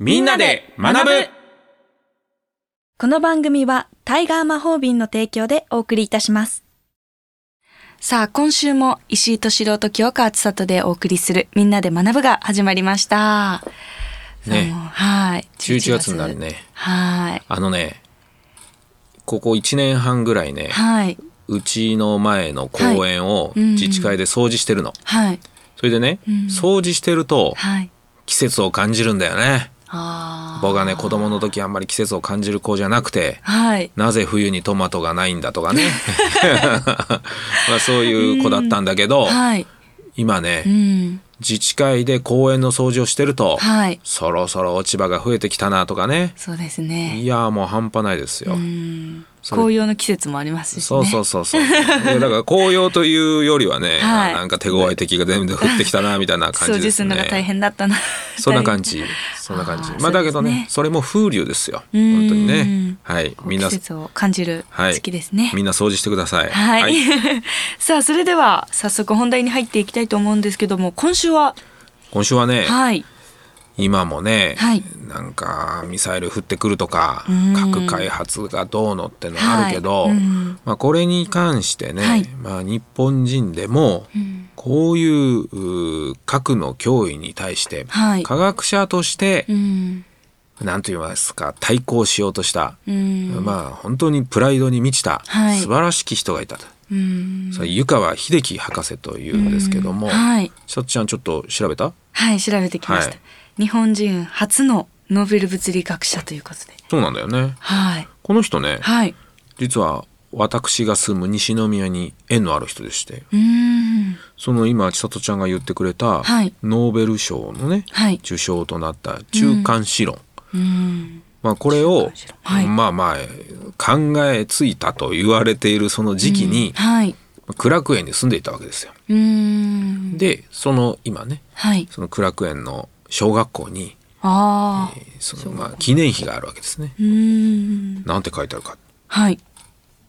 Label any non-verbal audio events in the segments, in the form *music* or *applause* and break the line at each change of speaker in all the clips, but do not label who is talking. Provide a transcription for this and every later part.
みんなで学ぶ
この番組はタイガー魔法瓶の提供でお送りいたします。さあ、今週も石井敏郎と清川千里でお送りするみんなで学ぶが始まりました。
ね
もうはい。
11月になる。ね。
はい。
あのね、ここ1年半ぐらいね、
はい。
うちの前の公園を
いうんうん
自治会で掃除してるの。
はい。
それでね、
うん
掃除してると
はい。
季節を感じるんだよね。
ああ。
僕はね、子供の時あんまり季節を感じる子じゃなくて、
はい。
なぜ冬にトマトがないんだとか
*laughs*
ね。まあそういう子だったんだけど、
はい。
今
う
ね、
ん。
自治会で公園の掃除をしてると、
はい。
そろそろ落ち葉が増えてきたなとかね。
そうですね。
いやーもう半端ないですよ。
うん。
それ
紅葉の季節もありますしね。
そうそうそうそう。いやだから紅葉というよりは
*laughs*
ね、
はい
あなんか手強い敵が全部降ってきたなみたいな感
掃
じで
除
す
す
ね。
るのが大変だったな。
そんな
*laughs*
感。じ。そんな感じ
あ。ー
まあだけどね
そ
そう
です
れ
ね
も風流ですよ。
うーん
本当にね。はい。みん
季
な、
節を感じる
はい
時期ですね。
みんな掃除してください。
はい。さあ、それでは早速本題に入っていきたいと思うんですけども、今週は、
今週はね、
はい。
今もね、
はい
なんかミサイル降ってくるとか
ん、
核開発がどうのってのあるけど、
はいうん
まあこれに関してね、
はい
まあ日本人でも、こういううー核の脅威に対して、
はい
科学者として
う、ん。
なんと言いますか、対抗しようとした、
うん。
まあ本当にプライドに満ちた、
はい
素晴らしき人がいたと。
うん。
それ湯川秀樹博士というんですけども、
はい。
さっちゃんちょっと調べた
はい、調べてきました。
はい
日本人初のノーベル物理学者ということで。
そうなんだよね。
はい。
この人ね、
はい。
実は私が住む西宮に縁のある人でして
うーん。
その今千里ちゃんが言ってくれた
はい
ノーベル賞のね、
はい。
受賞となった中間子論、
うん。
まあ、これを
中間子論、はい
まあまあ考えついたと言われているその時期に
はい。
苦楽園に住んでいたわけですよ。
うーん。
でその今ね
はい。
その苦楽園の小学校に
ああ。
そのまあ記念碑があるわけですね。
うーん。
なんて書いてあるか。
はい。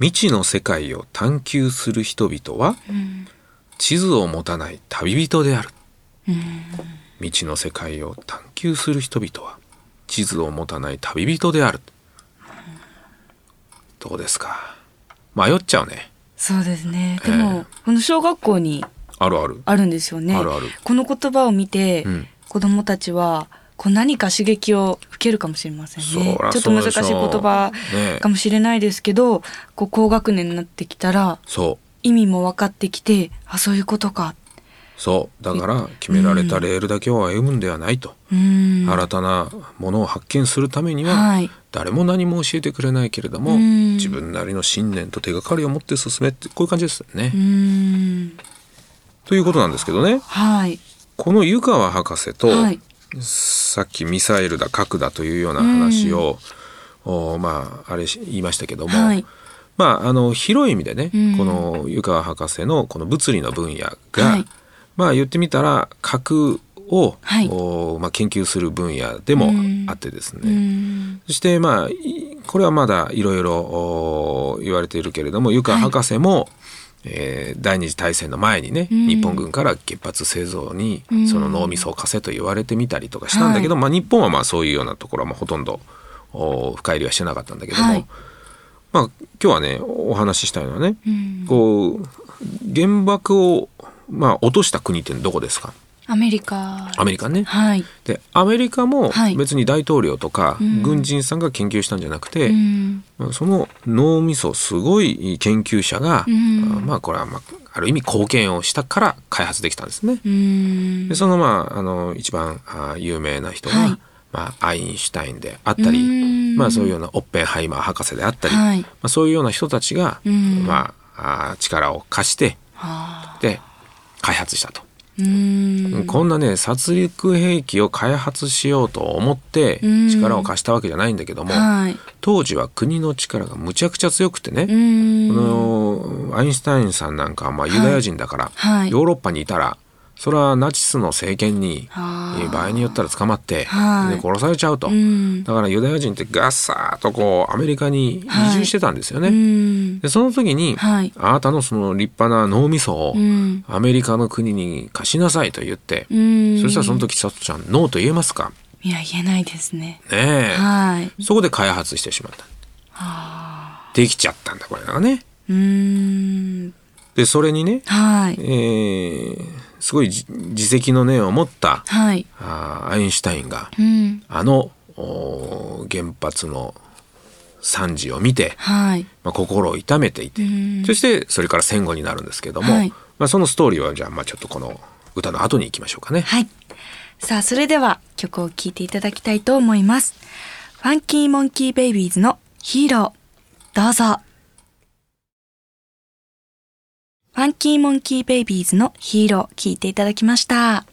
未知の世界を探求する人々は
うん。
地図を持たない旅人である。
うん。
未知の世界を探求する人々は地図を持たない旅人である。どうですか迷っちゃうね。
そうですね。
え
でも、この小学校に
あるある。
あるんですよね。
あるある
この言葉を見て、
うん
子供たちは、こう何か刺激を受けるかもしれませんね。
そら
ちょっと難しい言葉
ね
かもしれないですけど、こう高学年になってきたら、
そ
意味も分かってきて、あ、そういうことか。
う。そう。だから決められたレールだけを歩むんではないと。
うーん。
新たなものを発見するためには
はい。
誰も何も教えてくれないけれども
うん
自分なりの信念と手がかりを持って進めってこういう感じですよね
う。ーん。
ということなんですけどね。
はい。
この湯川博士と、
はい
さっきミサイルだ核だというような話を、おまああれし言いましたけども、
はい。
まああの広い意味でね、
うん
この湯川博士のこの物理の分野が、
はい
まあ言ってみたら核を、
はい
おまあ、研究する分野でもあってですね、
うーん。
そしてまあいこれはまだいろいろお言われているけれども湯川博士も、えー第二次大戦の前にね、
うん
日本軍から原発製造に
うん
その脳みそを貸せと言われてみたりとかしたんだけど、まあ、日本はまあそういうようなところはまあほとんどお深入りはしてなかったんだけども、
はい
まあ今日はねお話ししたいのはね、
うん
こう原爆をまあ落とした国ってどこですか
アメリカ。
アメリカね。
はい。
でアメリカも
はい
別に大統領とか
うん
軍人さんが研究したんじゃなくて、
うん。
その脳みそすごい研究者が、
うん
あまあこれは、まあ、ある意味貢献をしたから開発できたんですね。
うーん
で。そのまああの一番あ有名な人が、
はい
まあ、アインシュタインであったり、
うん
まあ、そういうようなオッペンハイマー博士であったり、
はい
まあ、そういうような人たちが、
うん
まあ、あ力を貸して
あ
で開発したと。
ーうーん。
こんなね殺戮兵器を開発しようと思って
うん
力を貸したわけじゃないんだけども、
はい。う
当時は国の力がむちゃくちゃ強くてね、
ーん。
このアインシュタインさんなんかはまあ
い
ユダヤ人だから、
はい
ヨーロッパにいたらそれはナチスの政権に
あー
場合によったら捕まって、
はい
で殺されちゃうと、
うん
だからユダヤ人ってガッサーとこうアメリカに移住してたんですよね。
うん
でその時に、
はい
あなたのその立派な脳みそを
うん
アメリカの国に貸しなさいと言って、
うん
そしたらその時ちょっとちゃんノーと言えますか
いや、言えないですね。
ねえ、
はい。
そこで開発してしまった。
あ
できちゃったんだ、これがね。
ーうーん。
で、それにね、
は
え
い。
ーすごいじ自責の念を持った
はい。
あーアインシュタインが、
うん。
あのおー原発の惨事を見て、
はい。
まあ、心を痛めていて、
うん
そしてそれから戦後になるんですけども、
はい
まあ、そのストーリーはじゃあまあちょっとこの歌の後に行きましょうかね。
はい。さあ、それでは曲を聴いていただきたいと思います。ファンキーモンキーベイビーズのヒーロー。どうぞ。ファンキーモンキーベイビーズのヒーロー聴いていただきました。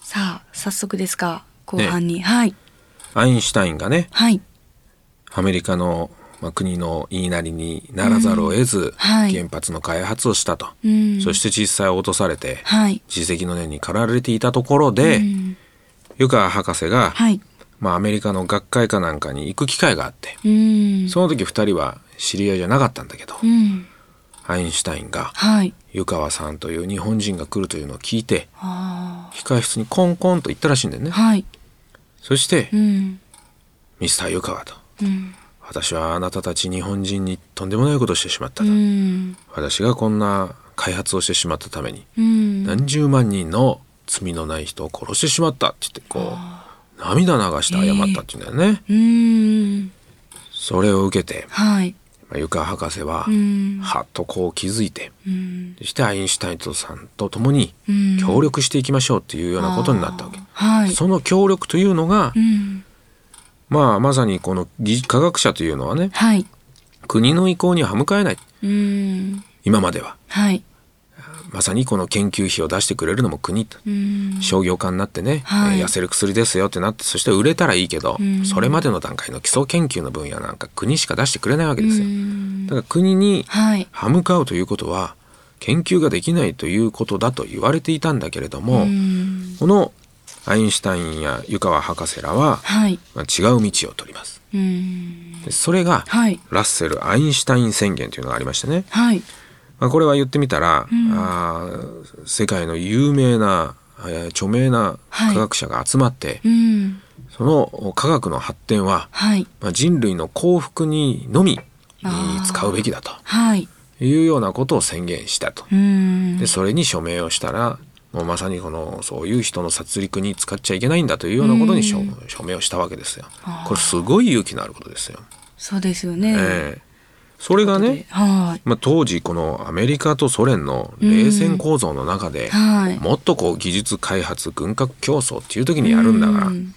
さあ、早速ですが、後半に。はい。
アインシュタインがね
はい。
アメリカの、まあ、国の言いなりにならざるを得ず、
はい
原発の開発をしたと、
うん。
そして実際落とされて
はい。
自責の念に駆られていたところで、
うん
湯川博士が、
はい。
まあ、アメリカの学会かなんかに行く機会があって
うん。
その時2人は知り合いじゃなかったんだけど、
うん。
アインシュタインが
はい。
湯川さんという日本人が来るというのを聞いて
あ
控室にコンコンと行ったらしいんだよね
あ。。はい。
そして、
うん。
ミスター湯川と。
うん。
私はあなたたち日本人にとんでもないことをしてしまった
う
と。
ん。
私がこんな開発をしてしまったために、
うん。
何十万人の罪のない人を殺してしまったって言って、こう、涙流して謝ったって言うんだよね。
うん。
それを受けて、
はい。
まあ、湯川博士は
う、ん。
はっとこう気づいて、
うん。
そしてアインシュタインとさんと共に
うん
協力していきましょうっていうようなことになったわけ。
はい。
その協力というのが
う、ん。
まあまさにこの技科学者というのはね、
はい。
国の意向には歯向かえない
うん。
今までは
はい。
まさにこの研究費を出してくれるのも国と
うん。
商業化になってね、
はい
えー痩せる薬ですよってなってそして売れたらいいけど、
うん
それまでの段階の基礎研究の分野なんか国しか出してくれないわけですよ。
うん
だから国に
はい。
歯向かうということは研究ができないということだと言われていたんだけれども、
うん
このアインシュタインや湯川博士らは、
はい。
まあ、違う道を取ります。
うん。
でそれが
はい。
ラッセル・アインシュタイン宣言というのがありましてね、
はい。
まあ、これは言ってみたら、
うん
あー世界の有名な、えー著名な
はい
科学者が集まって、
うん。
その科学の発展は、
はい。
まあ、人類の幸福にのみえ
あ
ー
ー
使うべきだと
はい。
いうようなことを宣言したと。
うん。
でそれに署名をしたらもうまさにこのそういう人の殺戮に使っちゃいけないんだというようなことに署,、
うん
署名をしたわけですよ
あ。ー
これすごい勇気のあることですよ。
そうですよ
え
ね。
えそれがね、
は
まあ、当時このアメリカとソ連の冷戦構造の中で
い。、はい。
もっとこう技術開発軍拡競争っていう時にやるんだから、
うん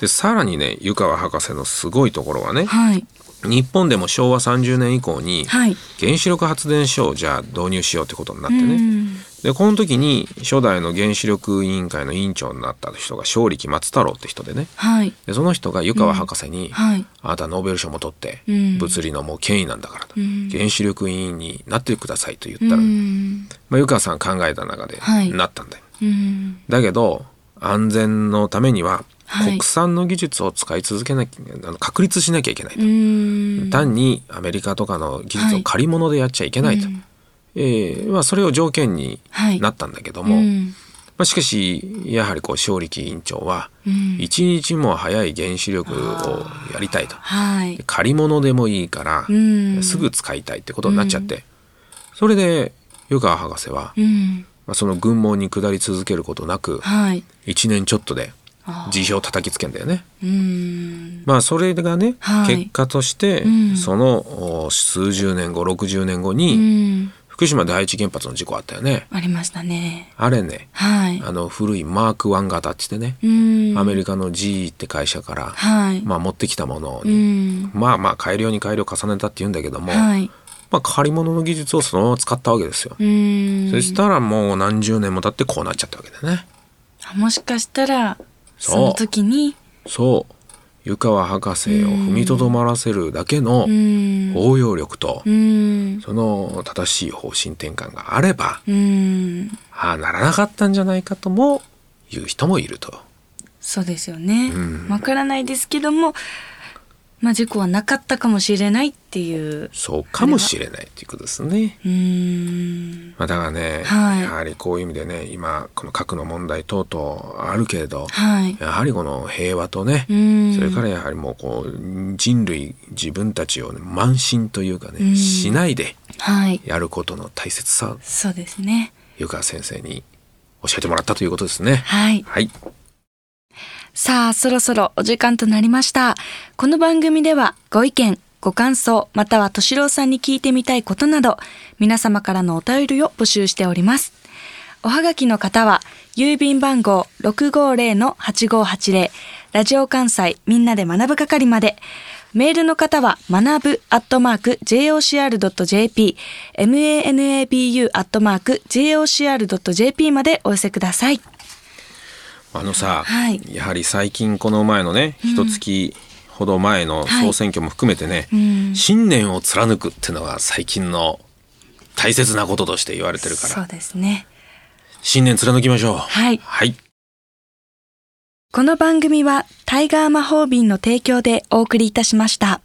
でさらにね湯川博士のすごいところはね
はい。
日本でも昭和30年以降に
はい。
原子力発電所をじゃあ導入しようってことになってね、
うん
でこの時に初代の原子力委員会の委員長になった人が正力松太郎って人でね
はい。
でその人が湯川博士に、
はい。
あなたノーベル賞も取って、
うん
物理のもう権威なんだからと、
うん
原子力委員になってくださいと言っ
う
たら、
ん。
まあ、湯川さん考えた中で
はい
なったんだよ、
うん。
だけど安全のためには
はい
国産の技術を使い続けなきゃ、あの確立しなきゃいけないと、
うん。
単にアメリカとかの技術を
はい
借り物でやっちゃいけないと、
うん
えーまあ、それを条件に
はい。
なったんだけど
う
も、
ん
まあ、しかしやはりこう勝力委員長は
うん
一日も早い原子力をやりたいと
はい
で。借り物でもいいから、
うん
すぐ使いたいってことになっちゃって、それで湯川博士は、
うん。
まあ、その軍門に下り続けることなく
はい。
1年ちょっとで
あ
辞表を叩きつけんだよね。
うん。
まあそれがね、
はい
結果として、
うん
そのお数十年後60年後に、
うん。
福島第一原発の事故あったよね。
ありましたね。
あれね
はい。
あの古いマーク1型って言ってね、
うん。
アメリカの GE って会社から、
はい。
まあ、持ってきたもの
う
に、
ん。
まあまあ改良に改良を重ねたって言うんだけども、
はい。
まあ借り物の技術をそのまま使ったわけですよ。
うん。
そしたらもう何十年も経ってこうなっちゃったわけだね。
あもしかしたら、
そう
その時に、
そう湯川博士を踏みとどまらせるだけの
うん。
応用力と、
うん。
その正しい方針転換があれば、
うん。
ああならなかったんじゃないかとも言う人もいると。
そうですよね
うん。
わからないですけども、まあ事故はなかったかもしれないっていう。
そうかもしれないっていうことですね。
うーん。
まあ、だからね、
はい
やはりこういう意味でね今この核の問題等々あるけれど、
はい。
やはりこの平和とね、
うーん。
それからやはりもうこう人類自分たちをね慢心というかね、
うん
しないで
はい。
やることの大切さを
そうですね。
湯川先生に教えてもらったということですね。
はい。
はい、
さあ、そろそろお時間となりました。この番組ではご意見、ご感想、または敏郎さんに聞いてみたいことなど、皆様からのお便りを募集しております。おはがきの方は、郵便番号650-8580、ラジオ関西みんなで学ぶ係まで、メールの方は、学ぶアットマーク jocr.jp、manabu アットマーク jocr.jp までお寄せください。
あのさ、
はい
やはり最近この前のね一月ほど前の総選挙も含めてね、
うん
信念を貫くっていうのが最近の大切なこととして言われてるか
そ
ら
うですね。
信念貫きましょう。
はい
はい、
この番組はタイガー魔法瓶の提供でお送りいたしました。